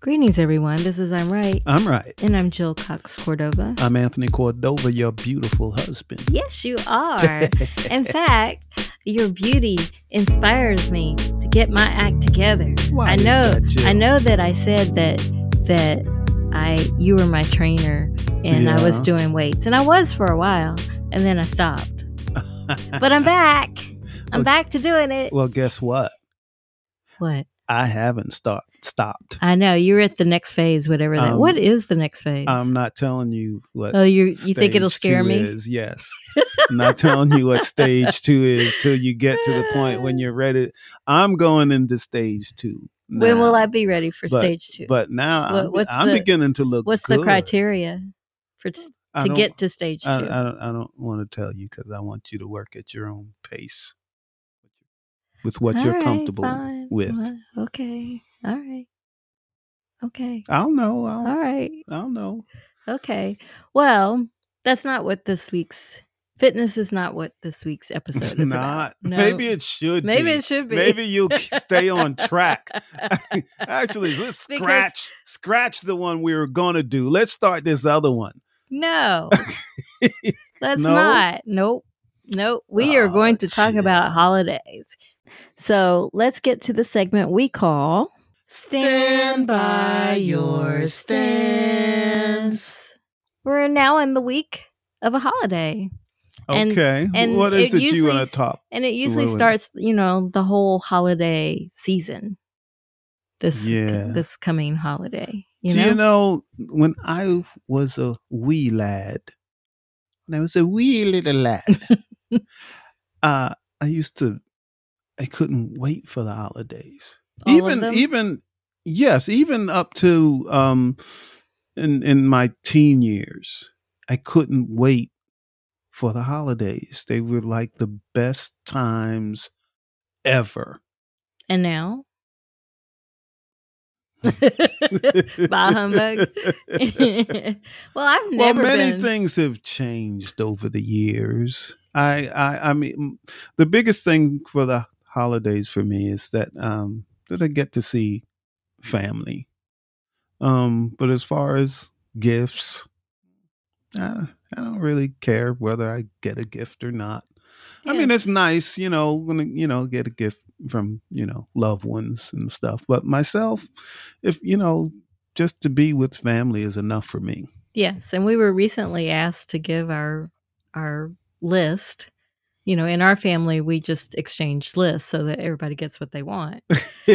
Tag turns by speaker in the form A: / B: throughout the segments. A: Greetings, everyone. This is I'm Right.
B: I'm right.
A: And I'm Jill Cox Cordova.
B: I'm Anthony Cordova, your beautiful husband.
A: Yes, you are. In fact, your beauty inspires me to get my act together.
B: Why
A: I
B: is
A: know
B: that, Jill?
A: I know that I said that that I you were my trainer and I was
B: Yeah.
A: doing weights. And I was for a while and then I stopped. But I'm back. I'm
B: Well-
A: back to doing it.
B: well, guess what?
A: what?
B: I haven't start, stopped.
A: I know you're at the next phase, whatever that.
B: Um,
A: what is the next phase?
B: I'm not telling you what.
A: oh, you you think it'll
B: stage
A: scare
B: two
A: me?
B: Is. Yes. I'm not telling you what stage two is till you get to the point when you're ready. I'm going into stage two.
A: When will
B: now.
A: I be ready for
B: But-
A: stage two?
B: But now
A: What-
B: I'm,
A: what's
B: I'm
A: the-
B: beginning to look.
A: What's the
B: good. Mm,
A: criteria for t-
B: I
A: to
B: don't-
A: get to stage two?
B: I, I don't. I don't want to tell you because I want you to work at your own pace with what
A: All
B: you're
A: right,
B: comfortable
A: fine.
B: with.
A: Well, okay. All right. Okay.
B: I don't know. I don't,
A: All right.
B: I don't know.
A: Okay. Well, that's not what this week's fitness is not what this week's episode
B: It's
A: is about.
B: not.
A: No.
B: Maybe it should.
A: maybe
B: be.
A: it should be.
B: Maybe you'll stay on track. Actually, let's
A: Because-
B: scratch scratch the one we were gonna do. Let's start this other one.
A: No. Let's
B: No?
A: not. Nope. Nope. We are
B: Oh,
A: going to talk
B: gee.
A: about holidays. So let's get to the segment we call
B: Stand by your stance.
A: We're now in the week of a holiday. And-
B: okay.
A: and
B: what is
A: it
B: it, you
A: usually
B: want to top?
A: And it usually
B: Wait, wait.
A: starts, you know, the whole holiday season. This
B: Yeah.
A: this coming holiday. You
B: Do
A: know?
B: you know when I was a wee lad, when I was a wee little lad, uh, I used to, I couldn't wait for the holidays.
A: All of
B: even,
A: them?
B: even, yes, even up to um, in in my teen years, I couldn't wait for the holidays. They were like the best times ever.
A: And now Bah humbug. well, I've
B: well
A: never
B: many
A: been.
B: things have changed over the years I, I i mean the biggest thing for the holidays for me is that um that i get to see family um but as far as gifts i, I don't really care whether i get a gift or not i mean
A: Yeah.
B: it's nice you know when you know get a gift from you know loved ones and stuff but myself if you know just to be with family is enough for me
A: Yes, and we were recently asked to give our our list. You know, in our family, we just exchange lists so that everybody gets what they want.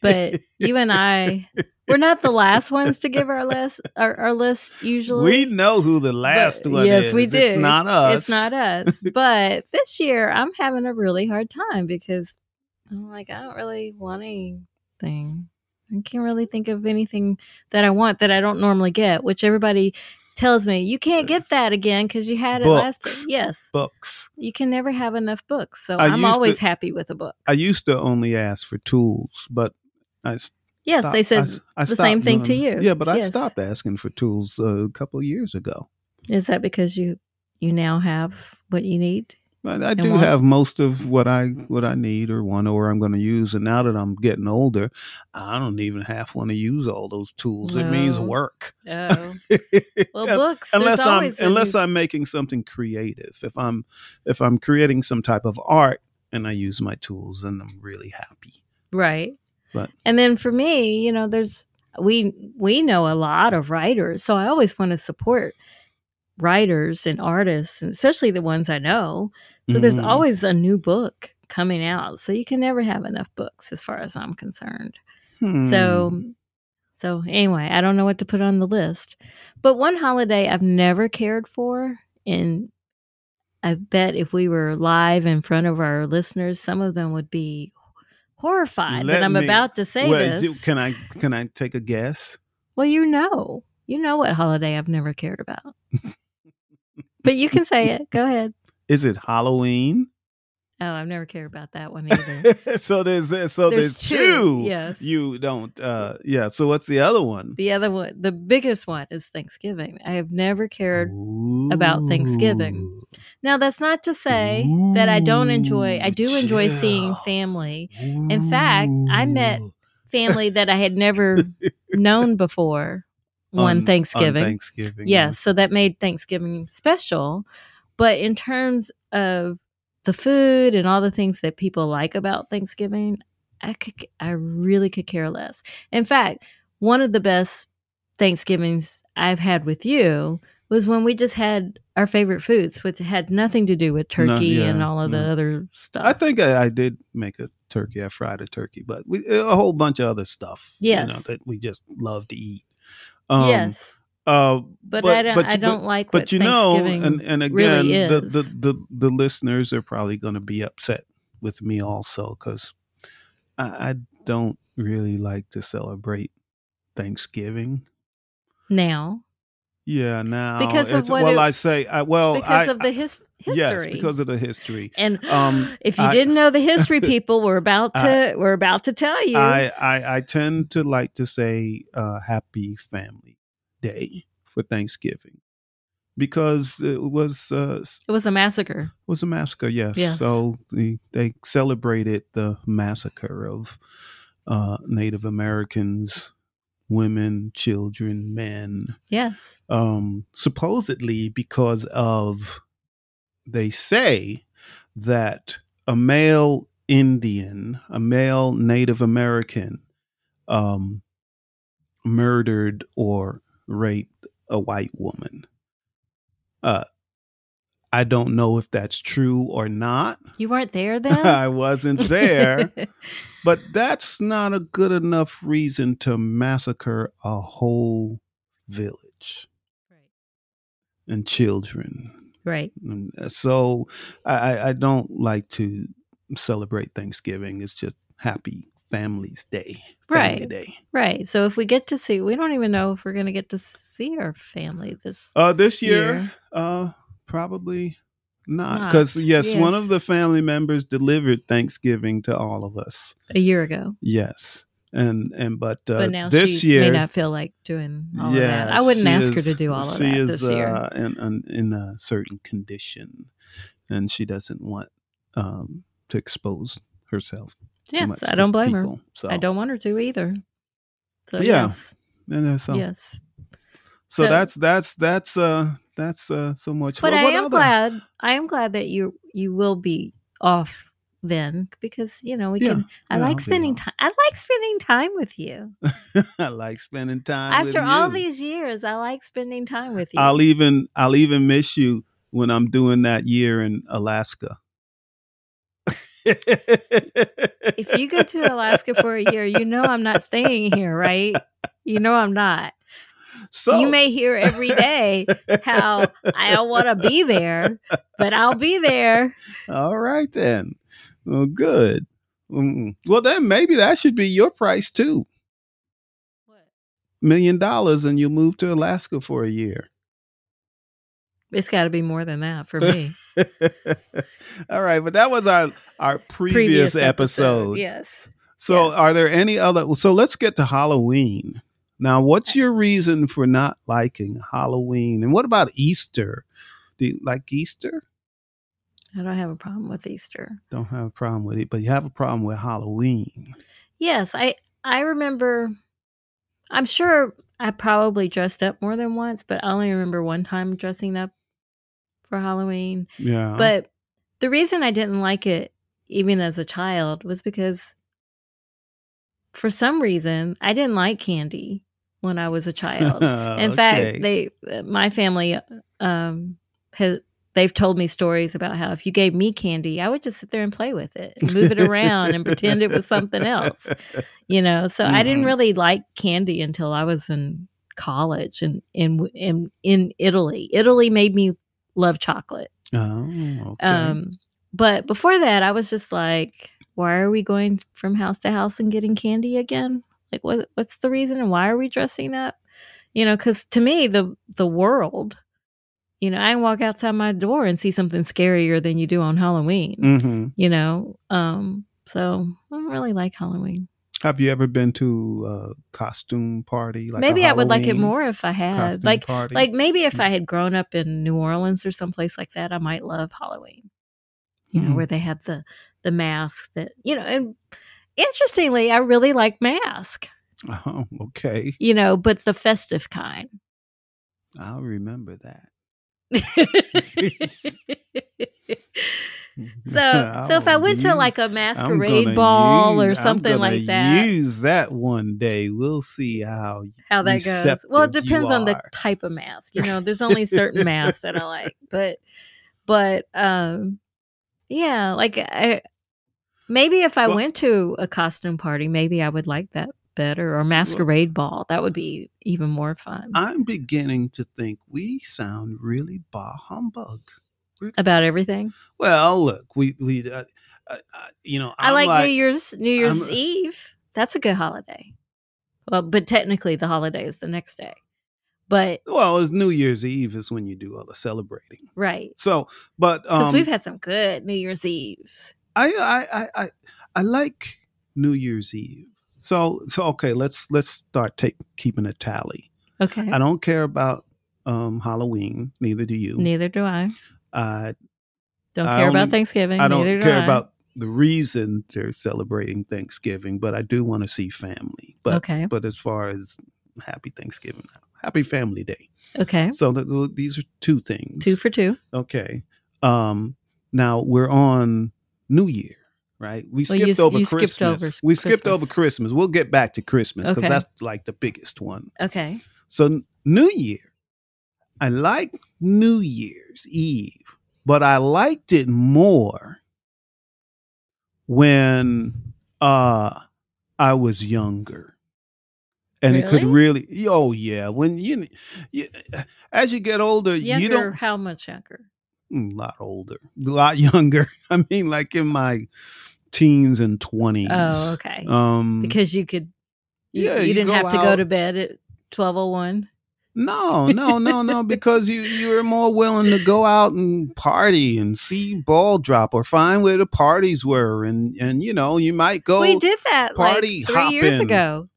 A: But you and I, we're not the last ones to give our list. Our, our list usually
B: we know who the last one
A: yes,
B: is.
A: we
B: It's
A: do.
B: not us.
A: it's not us. But this year, I'm having a really hard time because I'm like, I don't really want anything. I can't really think of anything that I want that I don't normally get, which everybody tells me you can't get that again because you had it
B: Books.
A: last. Yes,
B: books.
A: you can never have enough books, so
B: I
A: I am
B: used
A: always
B: to-
A: happy with a book.
B: I used to only ask for tools, but I s-
A: Yes,
B: stopped-
A: they
B: I
A: said.
B: s- I
A: the
B: stopped
A: same thing to
B: doing-
A: you.
B: Yeah, but I
A: Yes.
B: stopped asking for tools uh, a couple of years ago.
A: Is that because you you now have what you need?
B: I, I do
A: want-
B: have most of what I what I need or want or I'm going to use, and now that I'm getting older, I don't even half want to use all those tools. It means
A: No.
B: work.
A: Oh, well,
B: Yeah,
A: books. there's
B: unless I'm
A: always a
B: unless
A: new-
B: I'm making something creative. If I'm if I'm creating some type of art and I use my tools, then I'm really happy.
A: right
B: But-
A: and then for me you know there's we we know a lot of writers so i always want to support writers and artists and especially the ones i know so there's
B: Mhm.
A: always a new book coming out so you can never have enough books as far as i'm concerned
B: hmm.
A: so so anyway i don't know what to put on the list but one holiday i've never cared for and i bet if we were live in front of our listeners some of them would be horrified that
B: Let
A: i'm
B: me-
A: about to say
B: Well,
A: this
B: do- can I can I take a guess?
A: well you know you know what holiday i've never cared about but you can say it go ahead
B: Is it Halloween?
A: oh i've never cared about that one either
B: so there's uh, so there's, two.
A: yes
B: You don't. uh Yeah. So what's the other one?
A: the other one the biggest one is thanksgiving i have never cared about Thanksgiving.
B: Ooh.
A: Now, that's not to say that I don't enjoy, I
B: Ooh,
A: do enjoy
B: chill.
A: seeing family, In fact, I met-
B: Ooh.
A: family that I had never known before one
B: on-
A: Thanksgiving.
B: On Thanksgiving.
A: Yes, so that made Thanksgiving special. But in terms of the food and all the things that people like about Thanksgiving, I could, I really could care less. In fact, one of the best Thanksgivings I've had with you was when we just had our favorite foods, which had nothing to do with
B: No,
A: turkey and
B: yeah,
A: all of the
B: no.
A: other stuff.
B: I think I, I did make a turkey. I fried a turkey, but we, a whole bunch of other stuff. You know,
A: Yes.
B: that we just love to eat. Um,
A: yes,
B: Uh,
A: but,
B: but-
A: I don't.
B: but-
A: I don't like.
B: but
A: what
B: you know,
A: Thanksgiving-
B: and, and again,
A: really
B: the,
A: is.
B: the, the, the listeners are probably going to be upset with me also because I, I don't really like to celebrate Thanksgiving. Oh,
A: now
B: Yeah, now
A: Because of
B: it's-
A: what
B: well,
A: it-
B: I say, I, well,
A: because
B: I-
A: of the his, history.
B: yes, because of the history.
A: And
B: Um,
A: if you
B: I-
A: didn't know the history, people were about to we're about to tell you.
B: I, I I tend to like to say uh, Happy Family Day for Thanksgiving because it was uh, s-
A: it was a massacre.
B: was a massacre. Yes,
A: Yes.
B: so the, they celebrated the massacre of uh, Native Americans, women, children, men.
A: Yes.
B: um, supposedly because of they say that a male Indian, a male Native American, um, murdered or raped a white woman. Uh, I don't know if that's true or not.
A: You weren't there then?
B: I wasn't there. But that's not a good enough reason to massacre a whole village and children.
A: right.
B: And Mm, so I, I- I don't like to celebrate Thanksgiving. It's just happy Families Day. Family
A: Right.
B: Day.
A: Right. So if we get to see we don't even know if we're gonna get to see our family this
B: Uh, this year,
A: year.
B: uh, probably not.
A: Not.
B: Because, yes, one
A: Yes.
B: of the family members delivered Thanksgiving to all of us.
A: A year ago.
B: Yes. And, and but, uh,
A: but now
B: this
A: she
B: year,
A: may not feel like doing all of that. I
B: Yes,
A: wouldn't
B: she
A: ask her
B: is-
A: to do all of
B: she
A: that
B: is,
A: this year.
B: Uh, in, in, in a certain condition, and she doesn't want um, to expose herself. too
A: yes.
B: much
A: I
B: to
A: don't blame her.
B: people. So,
A: I don't want her to either. So
B: Yeah.
A: yes.
B: And then so,
A: Yes.
B: so,
A: So-
B: that's that's that's uh that's uh so much.
A: But
B: for,
A: I
B: what
A: am
B: other-
A: glad. I am glad that you you will be off then because you know we
B: Yeah,
A: can. I
B: yeah, I'll
A: like
B: be
A: spending
B: off.
A: time. I like spending time with you.
B: I like spending time with
A: After all
B: you.
A: these years, I like spending time with you.
B: I'll even I'll even miss you when I'm doing that year in Alaska.
A: if you go to Alaska for a year, you know I'm not staying here, right? You know I'm not.
B: so
A: you may hear every day how I don't want to be there, but I'll be there.
B: All right then. Well, good. Mm. Well, then maybe that should be your price too. Million dollars, and you move to Alaska for a year.
A: It's got to be more than that for me.
B: All right, but that was our our previous, episode.
A: Yes.
B: So,
A: yes.
B: are there any other? So, let's get to Halloween. Now, what's your reason for not liking Halloween? And what about Easter? Do you like Easter?
A: I don't have a problem with Easter.
B: Don't have a problem with it, but you have a problem with Halloween.
A: Yes, I I remember. I'm sure I probably dressed up more than once, but I only remember one time dressing up for Halloween.
B: Yeah.
A: But the reason I didn't like it even as a child was because for some reason I didn't like candy when I was a child. In fact, they uh, my family um has they've told me stories about how if you gave me candy, I would just sit there and play with it, and move it around and pretend it was something else, you know. So I didn't
B: Mhm.
A: really like candy until I was in college and in in in Italy. Italy made me love chocolate.
B: Oh, okay.
A: Um but before that, I was just like, why are we going from house to house and getting candy again? Like what what's the reason and why are we dressing up? You know, cuz to me the the world, you know, I walk outside my door and see something scarier than you do on Halloween,
B: Mhm.
A: you know. Um so I don't really like Halloween.
B: Have you ever been to a costume party? Like a
A: maybe I would like it
B: Halloween
A: more if I had
B: costume
A: like
B: party? Mm.
A: like maybe if I had grown up in New Orleans or someplace like that, I might love Halloween. you know,
B: Mhm.
A: where they have the the mask that you know. And interestingly, I really like mask.
B: Oh, okay.
A: you know, but the festive kind.
B: I'll remember that.
A: so, so if I
B: I'll
A: went to
B: use-
A: like a
B: I'm
A: masquerade
B: gonna
A: ball or
B: use- I'm
A: something
B: gonna
A: like that,
B: Use that one day. We'll see how.
A: how that goes. Well, it
B: receptive you
A: depends on the
B: are.
A: type of mask. You know, there's only certain masks that I like, but but um yeah, like I maybe if I
B: Well-
A: went to a costume party, maybe I would like that better or masquerade ball. That would be even more fun.
B: I'm beginning to think we sound really bah humbug.
A: about everything.
B: Well, look, we we uh, uh, uh, you know
A: i
B: I'm
A: like, New Year's New Year's
B: I'm-
A: Eve. That's a good holiday. Well, but technically the holiday is the next day. But
B: Well, it's New Year's Eve is when you do all the celebrating.
A: right.
B: So, but
A: Because
B: um,
A: we've had some good New Year's Eves.
B: I, I I I I like New Year's Eve. So so okay, let's let's start take keeping a tally.
A: Okay.
B: I don't care about um Halloween. Neither do you.
A: Neither do I.
B: I
A: Don't
B: I
A: care about
B: only-
A: Thanksgiving.
B: I don't
A: Neither do
B: care
A: I.
B: about the reason they're celebrating Thanksgiving, but I do want to see family. But
A: okay.
B: but as far as happy Thanksgiving, happy Family Day.
A: Okay.
B: So th- th- these are two things.
A: Two for two.
B: Okay. Um now we're on New Year, right? We
A: Well,
B: skipped
A: you s-
B: over
A: you skipped
B: Christmas.
A: over
B: we skipped
A: Christmas.
B: over Christmas. We'll get back to Christmas because
A: Okay.
B: that's like the biggest one.
A: Okay.
B: So n- New Year. I like New Year's Eve, but I liked it more when uh I was younger. And it could really oh yeah, when you, you as you get older,
A: Younger,
B: you don't
A: how much younger?
B: mm, a lot older, a lot younger. I mean, like in my teens and twenties.
A: Oh, okay.
B: Um,
A: because you could you,
B: yeah,
A: you,
B: you
A: didn't
B: go
A: have to go
B: out-
A: to bed at twelve oh one.
B: no, no, no, no, because you you were more willing to go out and party and see ball drop or find where the parties were, and and you know you might go.
A: We did that
B: party
A: like three years
B: hopping.
A: ago.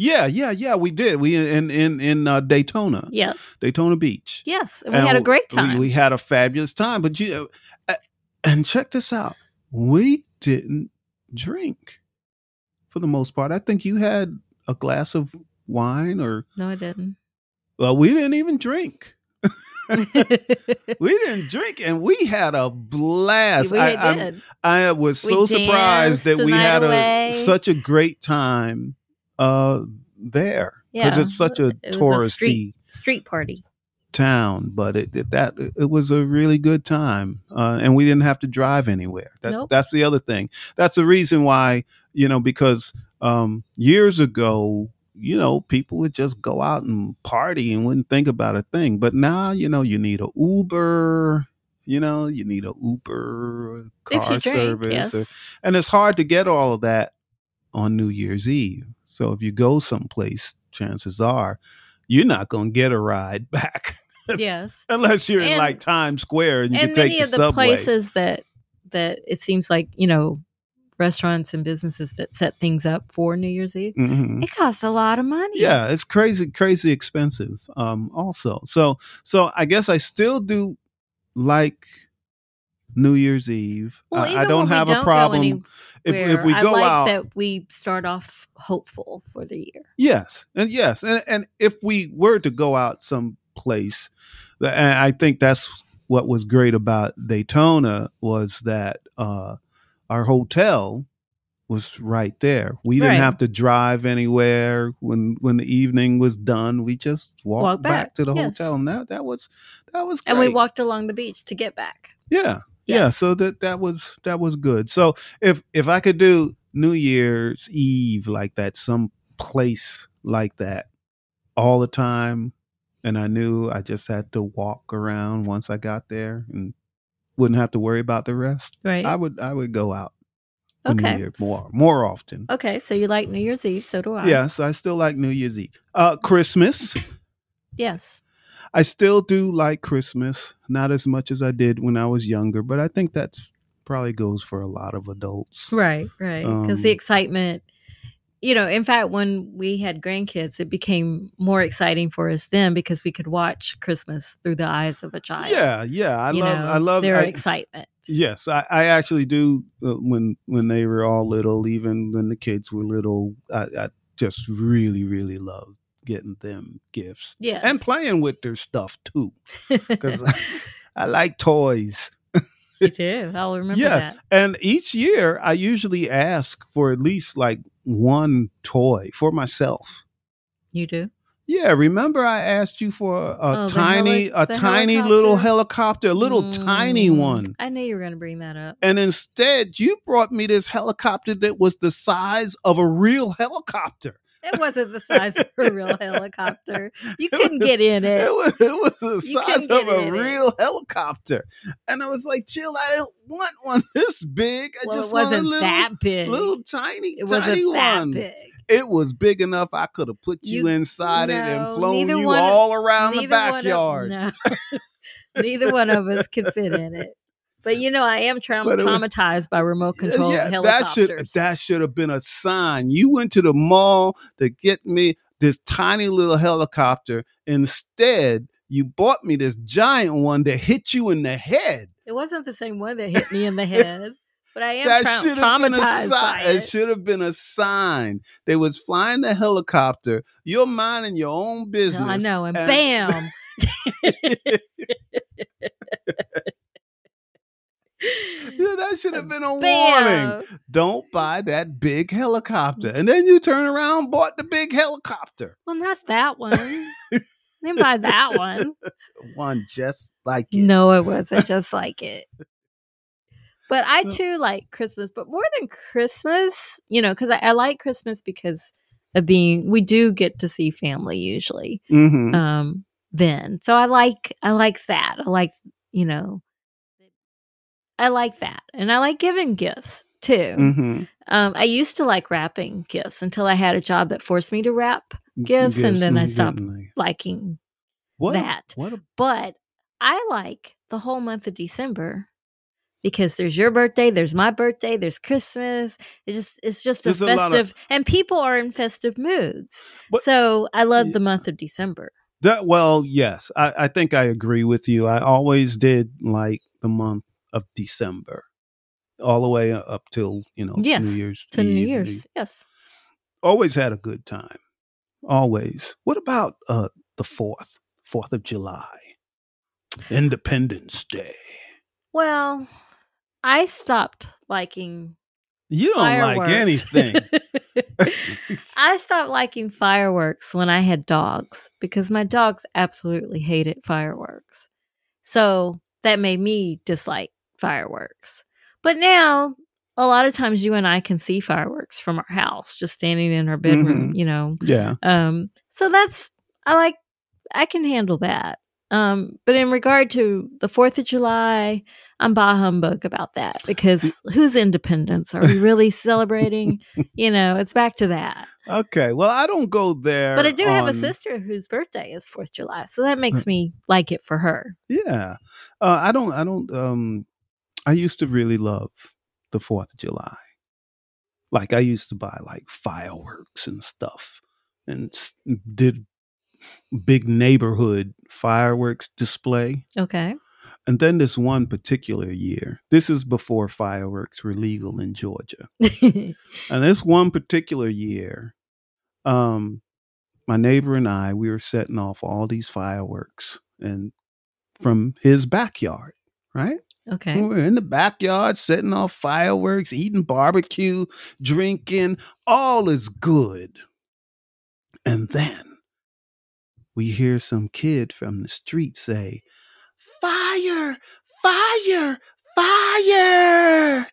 B: Yeah, yeah, yeah. We did. We in in in uh, Daytona,
A: Yeah.
B: Daytona Beach.
A: Yes. And we had a
B: And
A: great
B: we-
A: time.
B: We, had a fabulous time, but you uh, and check this out. We didn't drink for the most part. I think you had a glass of wine or
A: no, I didn't.
B: well, we didn't even drink. We didn't drink and we had a blast.
A: we
B: I,
A: did.
B: I'm- I was
A: We
B: so surprised
A: danced
B: that
A: the
B: we
A: night
B: had a,
A: away.
B: such a great time uh there because
A: Yeah.
B: it's such a
A: It was a
B: touristy
A: street- Street party.
B: town, but it, it that it was a really good time, uh, and we didn't have to drive anywhere. That's
A: Nope.
B: that's the other thing. That's the reason why you know because um, years ago, you know, people would just go out and party and wouldn't think about a thing. But now, you know, you need a Uber. You know, you need a Uber or car
A: if you drink,
B: service,
A: yes.
B: or- and it's hard to get all of that on New Year's Eve. So if you go someplace, chances are you're not going to get a ride back
A: yes.
B: unless you're in
A: And-
B: like Times Square and you
A: and
B: can take
A: many
B: the,
A: of the
B: subway.
A: places that that it seems like you know restaurants and businesses that set things up for new year's eve
B: Mhm.
A: it costs a lot of money
B: Yeah, it's crazy, crazy expensive. Um, also, so so I guess I still do like New Year's Eve.
A: well,
B: I,
A: even
B: I don't
A: when we
B: have a
A: go
B: problem if,
A: anywhere,
B: if we
A: I
B: go
A: like
B: out.
A: that we start off hopeful for the year
B: Yes, and yes, and and if we were to go out someplace, the- and I think that's what was great about Daytona was that uh, our hotel was right there. We didn't
A: Right.
B: have to drive anywhere. When when the evening was done, we just walked
A: Walk
B: back,
A: back,
B: to the
A: yes.
B: hotel, and that that was that was great.
A: and we walked along the beach to get back
B: Yeah, yeah so that that was that was good so if if i could do new year's eve like that some place like that all the time and i knew i just had to walk around once i got there and wouldn't have to worry about the rest
A: right
B: i would i would go out for
A: okay
B: new year more more often
A: okay so you like new year's eve so do i
B: yes i still like new year's eve uh christmas
A: yes
B: I still do like Christmas, not as much as I did when I was younger, but I think that's probably goes for a lot of adults.
A: right right because
B: Um,
A: the excitement you know, in fact, when we had grandkids, it became more exciting for us then because we could watch Christmas through the eyes of a child.
B: Yeah, yeah. I
A: You
B: love,
A: know,
B: I love
A: their
B: I-
A: excitement.
B: Yes, I, I actually do. Uh, when when they were all little, even when the kids were little, I, I just really, really loved getting them gifts
A: Yeah,
B: and playing with their stuff too, because I, like toys.
A: you do. I'll remember
B: yes,
A: that.
B: and each year I usually ask for at least like one toy for myself.
A: You do.
B: Yeah, remember I asked you for a
A: Oh, the
B: tiny,
A: heli-
B: a
A: the
B: tiny little
A: helicopter?
B: helicopter, a little tiny
A: Mm,
B: one.
A: I knew you were going to bring that up.
B: And instead, you brought me this helicopter that was the size of a real helicopter.
A: It wasn't the size of a real helicopter. You
B: It
A: couldn't
B: was-
A: get in
B: It
A: it.
B: was, it was the
A: You
B: size
A: couldn't
B: of
A: get
B: a
A: in it.
B: real helicopter. And I was like, chill, I don't want one this big. I
A: well,
B: just
A: it wasn't
B: want a little,
A: that big.
B: little tiny,
A: it wasn't
B: tiny
A: that
B: one.
A: big.
B: It was big enough I could have put you,
A: You-
B: inside it and
A: no,
B: flown
A: neither
B: you
A: one-
B: all around the
A: Neither one of-
B: backyard.
A: no. Neither one of us could fit in it. But you know, I am trauma-
B: But it was-
A: traumatized by remote control
B: that
A: helicopters.
B: should that should have been a sign. You went to the mall to get me this tiny little helicopter. Instead, you bought me this giant one that hit you in the head.
A: it wasn't the same one that hit me in the head. But I am
B: that
A: trau-
B: should have been a
A: traumatized by
B: sign. It
A: it.
B: should have been a sign. They was flying the helicopter. You're minding your own business.
A: No, I know, and,
B: and-
A: bam.
B: Yeah, that should have been a warning.
A: Bam.
B: Don't buy that big helicopter. And then you turn around, bought the big helicopter.
A: Well, not that one. I didn't buy that one.
B: One just like it.
A: No, it wasn't just like it. But I
B: No.
A: too like Christmas, but more than Christmas, you know, because I, I like Christmas because of being we do get to see family usually
B: Mhm.
A: um then. So I like I like that. I like you know I like that. And I like giving gifts too.
B: Mm-hmm.
A: Um I used to like wrapping gifts until I had a job that forced me to wrap Gifts, and then I stopped. liking
B: What a-
A: that.
B: what a,
A: But I like the whole month of December because there's your birthday, there's my birthday, there's Christmas. It just it's just a
B: There's a lot of-
A: festive and people are in festive moods.
B: But-
A: so I love
B: Yeah.
A: the month of December.
B: that. Well, yes, I, I think I agree with you. I always did like the month of December, all the way up till you know
A: Yes,
B: New Year's
A: To New
B: Eve.
A: Year's. Yes.
B: Always had a good time. Always. What about uh the fourth, Fourth of July, Independence Day?
A: Well, I stopped liking
B: You don't like
A: fireworks.
B: anything.
A: I stopped liking fireworks when I had dogs because my dogs absolutely hated fireworks. So that made me dislike fireworks. But now, a lot of times you and I can see fireworks from our house, just standing in our
B: Mm-hmm.
A: bedroom, you know.
B: yeah.
A: Um, so that's, I like, I can handle that. Um, but in regard to the 4th of July, I'm bah humbug about that because whose independence are we really celebrating? You know, it's back to that.
B: Okay. Well, I don't go there.
A: But I do have a
B: on- Mm.
A: sister whose birthday is Fourth July, so that makes me like it for her.
B: Yeah. Uh, I don't, I don't, um, I used to really love the 4th of July. Like I used to buy like fireworks and stuff and s- did big neighborhood fireworks display.
A: Okay.
B: And then this one particular year, this is before fireworks were legal in Georgia. And this one particular year, um, my neighbor and I, we were setting off all these fireworks and from his backyard, right? We
A: okay.
B: We're in the backyard setting off fireworks, eating barbecue, drinking. All is good. And then we hear some kid from the street say, Fire, fire, fire.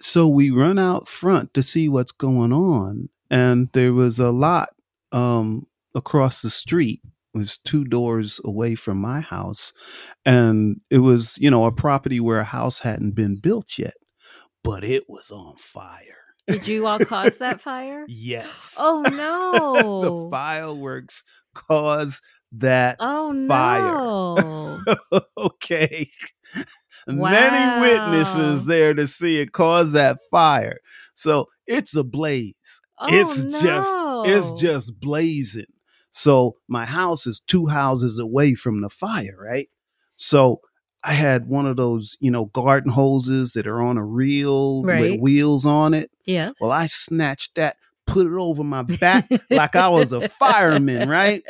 B: So we run out front to see what's going on. And there was a lot um, across the street, it was two doors away from my house and it was you know a property where a house hadn't been built yet but it was on fire
A: Did you all cause that fire?
B: yes
A: Oh
B: the
A: no.
B: fireworks caused that
A: oh
B: fire.
A: no.
B: okay many witnesses
A: Wow.
B: there to see it cause that fire so it's ablaze
A: Oh,
B: it's
A: no.
B: just it's just blazing. So my house is two houses away from the fire, right? So I had one of those, you know, garden hoses that are on a reel
A: Right.
B: with wheels on it.
A: yes.
B: Well, I snatched that, put it over my back like I was a fireman, right?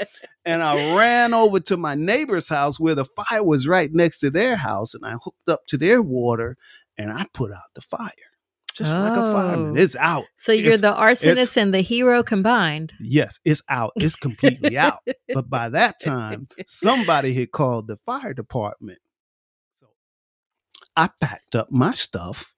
B: And I ran over to my neighbor's house where the fire was right next to their house, and I hooked up to their water and I put out the fire. Just like a fireman.
A: Oh.
B: It's out.
A: So you're
B: It's-
A: the arsonist and the hero combined.
B: Yes, it's out. It's completely out. But by that time, somebody had called the fire department. So I packed up my stuff,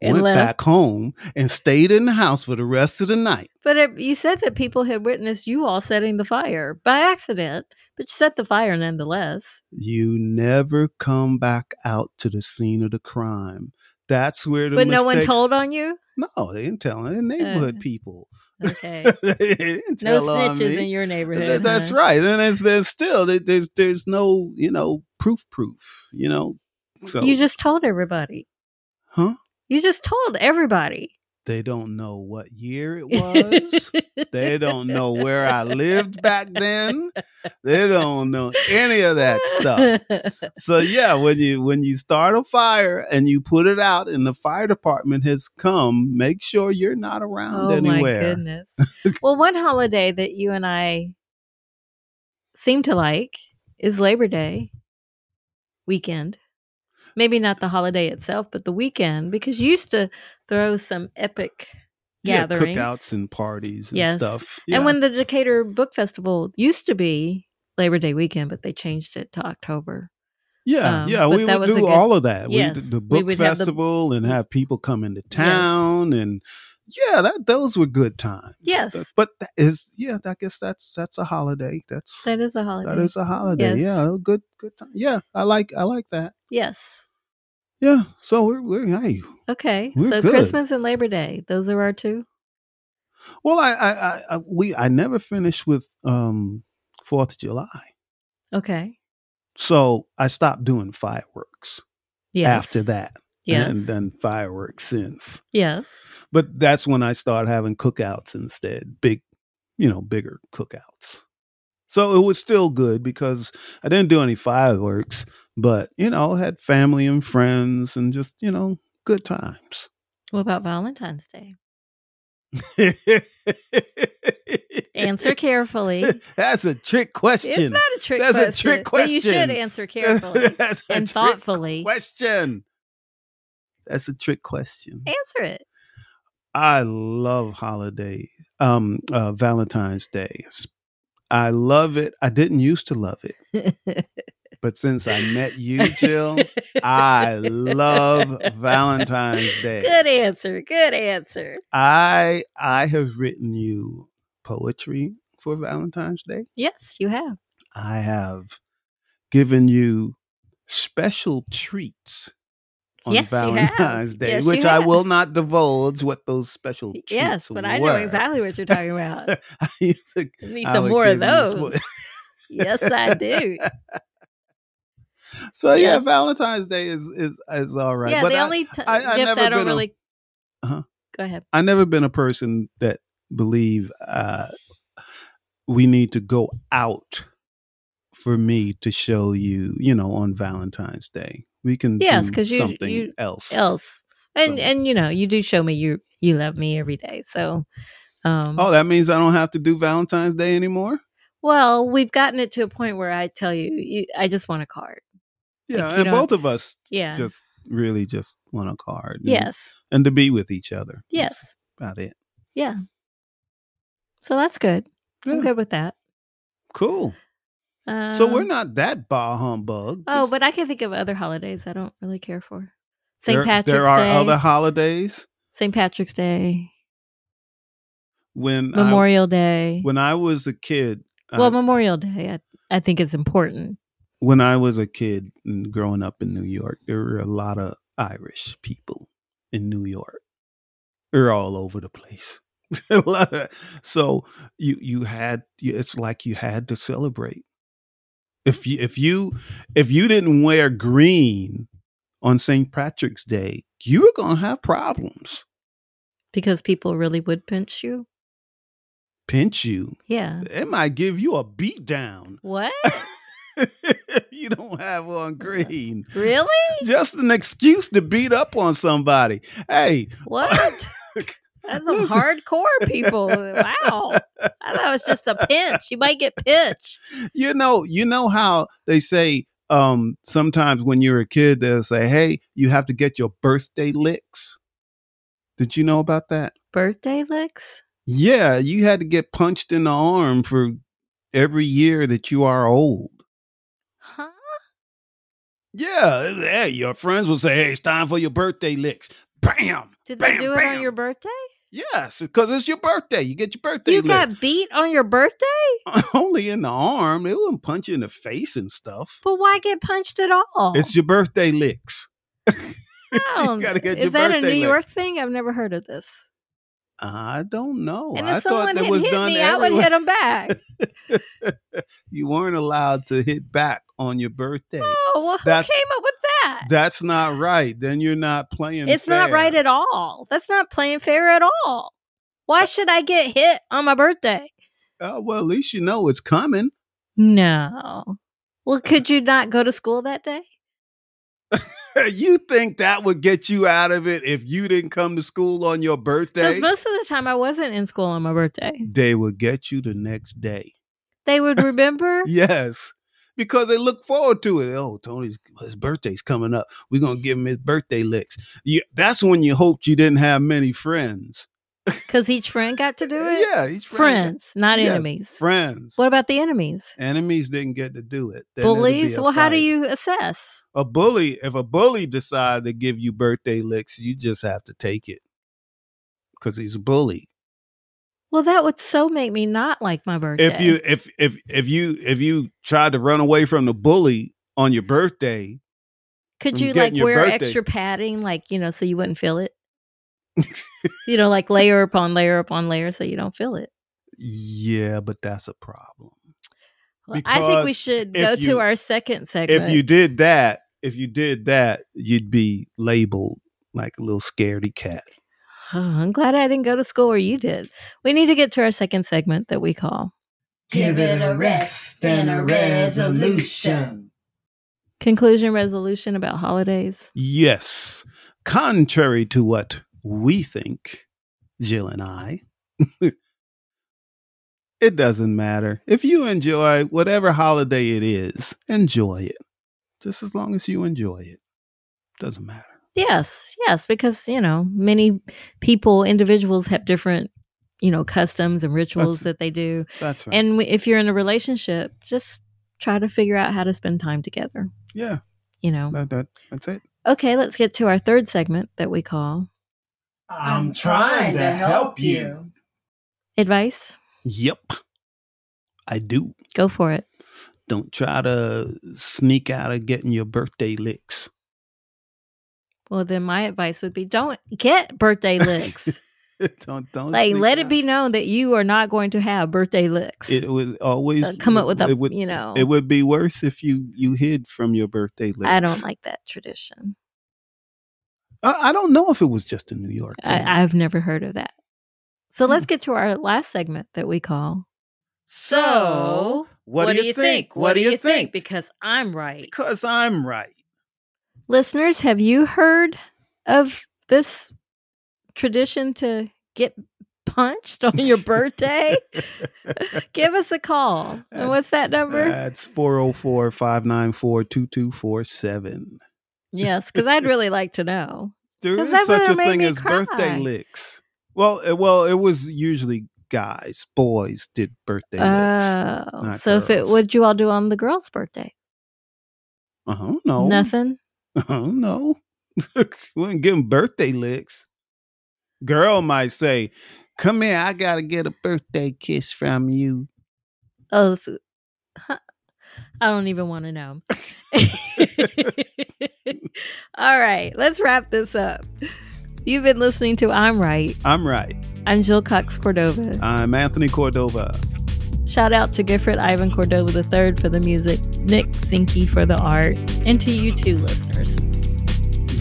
A: And
B: went
A: left.
B: back home, and stayed in the house for the rest of the night.
A: But it, you said that people had witnessed you all setting the fire by accident, but you set the fire nonetheless.
B: You never come back out to the scene of the crime. That's where the
A: but no one
B: mistakes-
A: told on you.
B: No, they didn't tell the neighborhood people.
A: Okay,
B: They didn't
A: no
B: tell on
A: snitches in
B: me.
A: your
B: Th-
A: neighborhood.
B: that's
A: huh?
B: right. And it's, there's still there- there's there's no you know proof proof you know. So
A: You just told everybody.
B: Huh?
A: You just told everybody.
B: they don't know what year it was. they don't know where I lived back then. They don't know any of that stuff. So yeah, when you when you start a fire and you put it out and the fire department has come, make sure you're not around
A: Oh my
B: anywhere.
A: goodness. well, one holiday that you and I seem to like is Labor Day weekend. Maybe not the holiday itself, but the weekend because you used to throw some epic
B: Yeah,
A: gatherings.
B: cookouts and parties and
A: Yes.
B: stuff.
A: And
B: Yeah.
A: when the Decatur Book Festival used to be Labor Day weekend, but they changed it to October.
B: Yeah,
A: Um,
B: yeah,
A: but
B: we
A: that
B: would
A: was a
B: do
A: good-
B: all of that. we
A: Yes,
B: did the
A: we
B: book
A: would have the-
B: festival and have people come into
A: Yes.
B: town and yeah, that those were good times.
A: Yes.
B: That- but that is yeah, I guess that's that's a holiday. That's
A: That is a holiday.
B: that is a holiday.
A: Yes.
B: Yeah, a good good time. Yeah, I like I like that.
A: yes.
B: Yeah, so we're, we're hey,
A: Okay.
B: We're
A: so
B: good.
A: Christmas and Labor Day, those are our two.
B: well, I, I I I we I never finished with um Fourth of July,
A: Okay.
B: so I stopped doing fireworks
A: Yes.
B: after that,
A: Yes.
B: and then fireworks since.
A: yes.
B: but that's when I started having cookouts instead, big, you know, bigger cookouts. So it was still good because I didn't do any fireworks, but you know, had family and friends and just you know, good times.
A: What about Valentine's Day? Answer carefully.
B: That's a trick question.
A: It's not a trick
B: That's a
A: question.
B: trick
A: But you
B: question.
A: should answer carefully
B: That's a
A: and
B: trick
A: thoughtfully.
B: question. That's a trick question.
A: Answer it.
B: I love holiday, um, uh, Valentine's Day. I love it. I didn't used to love it, but since I met you, Jill, I love Valentine's Day.
A: Good answer. Good answer.
B: I I have written you poetry for Valentine's Day.
A: Yes, you have.
B: I have given you special treats on
A: Yes, you have.
B: Valentine's Day,
A: Yes, you
B: which I
A: have.
B: will not divulge what those special treats
A: Yes, but I know
B: were.
A: exactly what you're talking about.
B: I used to
A: I need
B: I
A: some
B: would
A: more of
B: give you some-
A: those. yes, I do.
B: So yeah,
A: Yes.
B: Valentine's Day is is is all right.
A: Yeah,
B: but
A: the
B: I,
A: only t-
B: I- I've
A: gift
B: never
A: I don't
B: been a-
A: really.
B: Uh-huh.
A: Go ahead.
B: I've never been a person that believe uh, we need to go out for me to show you. You know, on Valentine's Day, we can
A: Yes,
B: do
A: 'cause you-
B: something
A: you-
B: else.
A: Else, and
B: So-
A: and you know, you do show me you you love me every day. So, um,
B: Oh, that means I don't have to do Valentine's Day anymore.
A: well, we've gotten it to a point where I tell you, you I just want a card.
B: Yeah,
A: Like, you
B: and
A: don't-
B: both of us
A: Yeah.
B: just really just want a card. and-
A: yes.
B: and to be with each other. That's
A: Yes.
B: about it.
A: Yeah. So that's good. I'm
B: Yeah,
A: good with that.
B: Cool. So we're
A: Um,
B: not that bah humbug.
A: Oh,
B: Just-
A: but I can think of other holidays I don't really care for. St.
B: There-
A: Patrick's
B: There are
A: Day.
B: other holidays
A: St. Patrick's Day.
B: when
A: Memorial
B: I,
A: Day.
B: when I was a kid. uh,
A: well, Memorial Day, I, I think is important.
B: when I was a kid and growing up in New York, there were a lot of Irish people in New York. They're all over the place. A lot of- so you you had you, it's like you had to celebrate. If you if you if you didn't wear green on St. Patrick's Day, you were gonna have problems.
A: Because people really would pinch you.
B: pinch you.
A: Yeah.
B: It might give you a beat down.
A: What?
B: if you don't have on green.
A: Really?
B: Just an excuse to beat up on somebody. Hey,
A: What? That's some
B: Listen.
A: hardcore people. Wow. I thought it was just a pinch. You might get pinched.
B: you know, you know how they say um sometimes when you're a kid they'll say, "Hey, you have to get your birthday licks." Did you know about that?
A: Birthday licks?
B: Yeah, you had to get punched in the arm for every year that you are old.
A: Huh?
B: Yeah, hey, your friends will say, "Hey, it's time for your birthday licks." Bam.
A: Did they
B: Bam,
A: do it
B: bam.
A: on your birthday?
B: Yes, because it's your birthday. You get your birthday
A: You
B: licks.
A: got beat on your birthday?
B: only in the arm. They wouldn't punch you in the face and stuff.
A: But why get punched at all?
B: It's your birthday licks.
A: I don't-
B: gotta get
A: Is
B: your
A: that a New
B: birthday lick.
A: York thing? I've never heard of this.
B: I don't know.
A: and
B: Oh, I
A: if someone
B: thought that
A: had
B: was
A: hit
B: done
A: me, I would
B: everywhere.
A: hit them back.
B: You weren't allowed to hit back on your birthday.
A: Oh, well, who
B: That's-
A: came up with that?
B: That's not right. Then you're not playing.
A: It's not
B: fair.
A: right at all. That's not playing fair at all. Why should I get hit on my birthday?
B: Oh, well, at least you know it's coming.
A: No. Well,
B: Uh.
A: could you not go to school that day?
B: you think that would get you out of it if you didn't come to school on your
A: Because
B: birthday?
A: most of the time I wasn't in school on my birthday.
B: they would get you the next day.
A: They would remember.
B: Yes. Because they look forward to it. Oh, Tony's his birthday's coming up. We're gonna give him his birthday licks. You, that's when you hoped you didn't have many friends. Eh,
A: Because each friend got to do it.
B: Yeah, he's
A: Friends, not
B: Yeah,
A: enemies.
B: Friends.
A: What about the enemies?
B: Enemies didn't get to do it. Then it'd be
A: Bullies?
B: a
A: Well, how do
B: fight.
A: you assess?
B: a bully? If a bully decided to give you birthday licks, you just have to take it because he's a bully.
A: Well, that would so make me not like my birthday.
B: If you if if if you if you tried to run away from the bully on your birthday,
A: Could you
B: from
A: like
B: getting your
A: wear
B: birthday.
A: extra padding, like you know, so you wouldn't feel it? you know, like layer upon layer upon layer, so you don't feel it.
B: yeah, but that's a problem.
A: Well, I think we
B: Because
A: should
B: if
A: go to
B: you-
A: our second segment.
B: if you did that, if you did that, you'd be labeled like a little scaredy cat.
A: Oh, I'm glad I didn't go to school where you did. We need to get to our second segment that we call
C: Give it a rest and a resolution.
A: conclusion resolution about holidays.
B: Yes, contrary to what we think, Jill and I, it doesn't matter. If you enjoy whatever holiday it is, enjoy it. Just as long as you enjoy it, doesn't matter.
A: Yes, yes, because you know many people, individuals have different, you know, customs and rituals
B: That's-
A: that they do.
B: That's right.
A: And w- if you're in a relationship, just try to figure out how to spend time together.
B: yeah,
A: You know.
B: that, that that's it.
A: Okay, let's get to our third segment that we call
C: I'm trying to help you.
A: advice.
B: Yep, I do.
A: Go for it.
B: Don't try to sneak out of getting your birthday licks.
A: Well, then my advice would be don't get birthday licks.
B: don't don't
A: like
B: sneak
A: let it
B: out.
A: be known that you are not going to have birthday licks.
B: It would always
A: Uh, come up with a-
B: it would,
A: you know.
B: It would be worse if you you hid from your birthday licks.
A: I don't like that tradition.
B: I, I don't know if it was just in New York. thing.
A: I, I've never heard of that. So
B: Hmm.
A: let's get to our last segment that we call.
B: so what, do, you think? What do you think?
A: Because I'm right.
B: Because I'm right.
A: Listeners, have you heard of this tradition to get punched on your birthday? Give us a call. And what's that number?
B: That's 404-594-2247.
A: yes, because I'd really like to know.
B: There
A: 'Cause
B: is
A: that
B: such
A: would've
B: a
A: made
B: thing
A: me
B: as birthday
A: cry.
B: licks. Well, it, well, it was usually guys, boys did birthday licks.
A: Oh,
B: not
A: so if it
B: girls.
A: would you all do on the girl's birthday?
B: I don't know.
A: Nothing.
B: I don't know. Wouldn't give him birthday licks. Girl might say, "Come here, I gotta get a birthday kiss from you."
A: Oh, so- huh. I don't even want to know. All right, let's wrap this up. You've been listening to I'm Right.
B: I'm right.
A: I'm Jill Cox Cordova.
B: I'm Anthony Cordova.
A: Shout out to Gifford Ivan Cordova III for the music, Nick Zinke for the art, and to you too, listeners.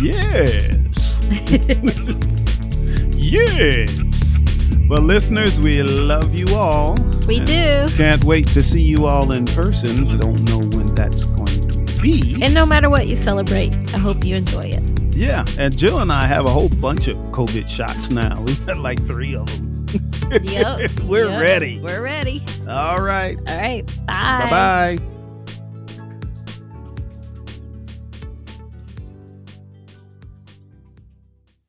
B: Yes. yes. Well, listeners, we love you all.
A: We do.
B: Can't wait to see you all in person. Don't know when that's going to be.
A: And no matter what you celebrate, I hope you enjoy it.
B: yeah, and Jill and I have a whole bunch of COVID shots now. We've had like three of them.
A: Yep.
B: We're
A: Yep.
B: ready.
A: We're ready.
B: All right.
A: All right.
B: Bye bye.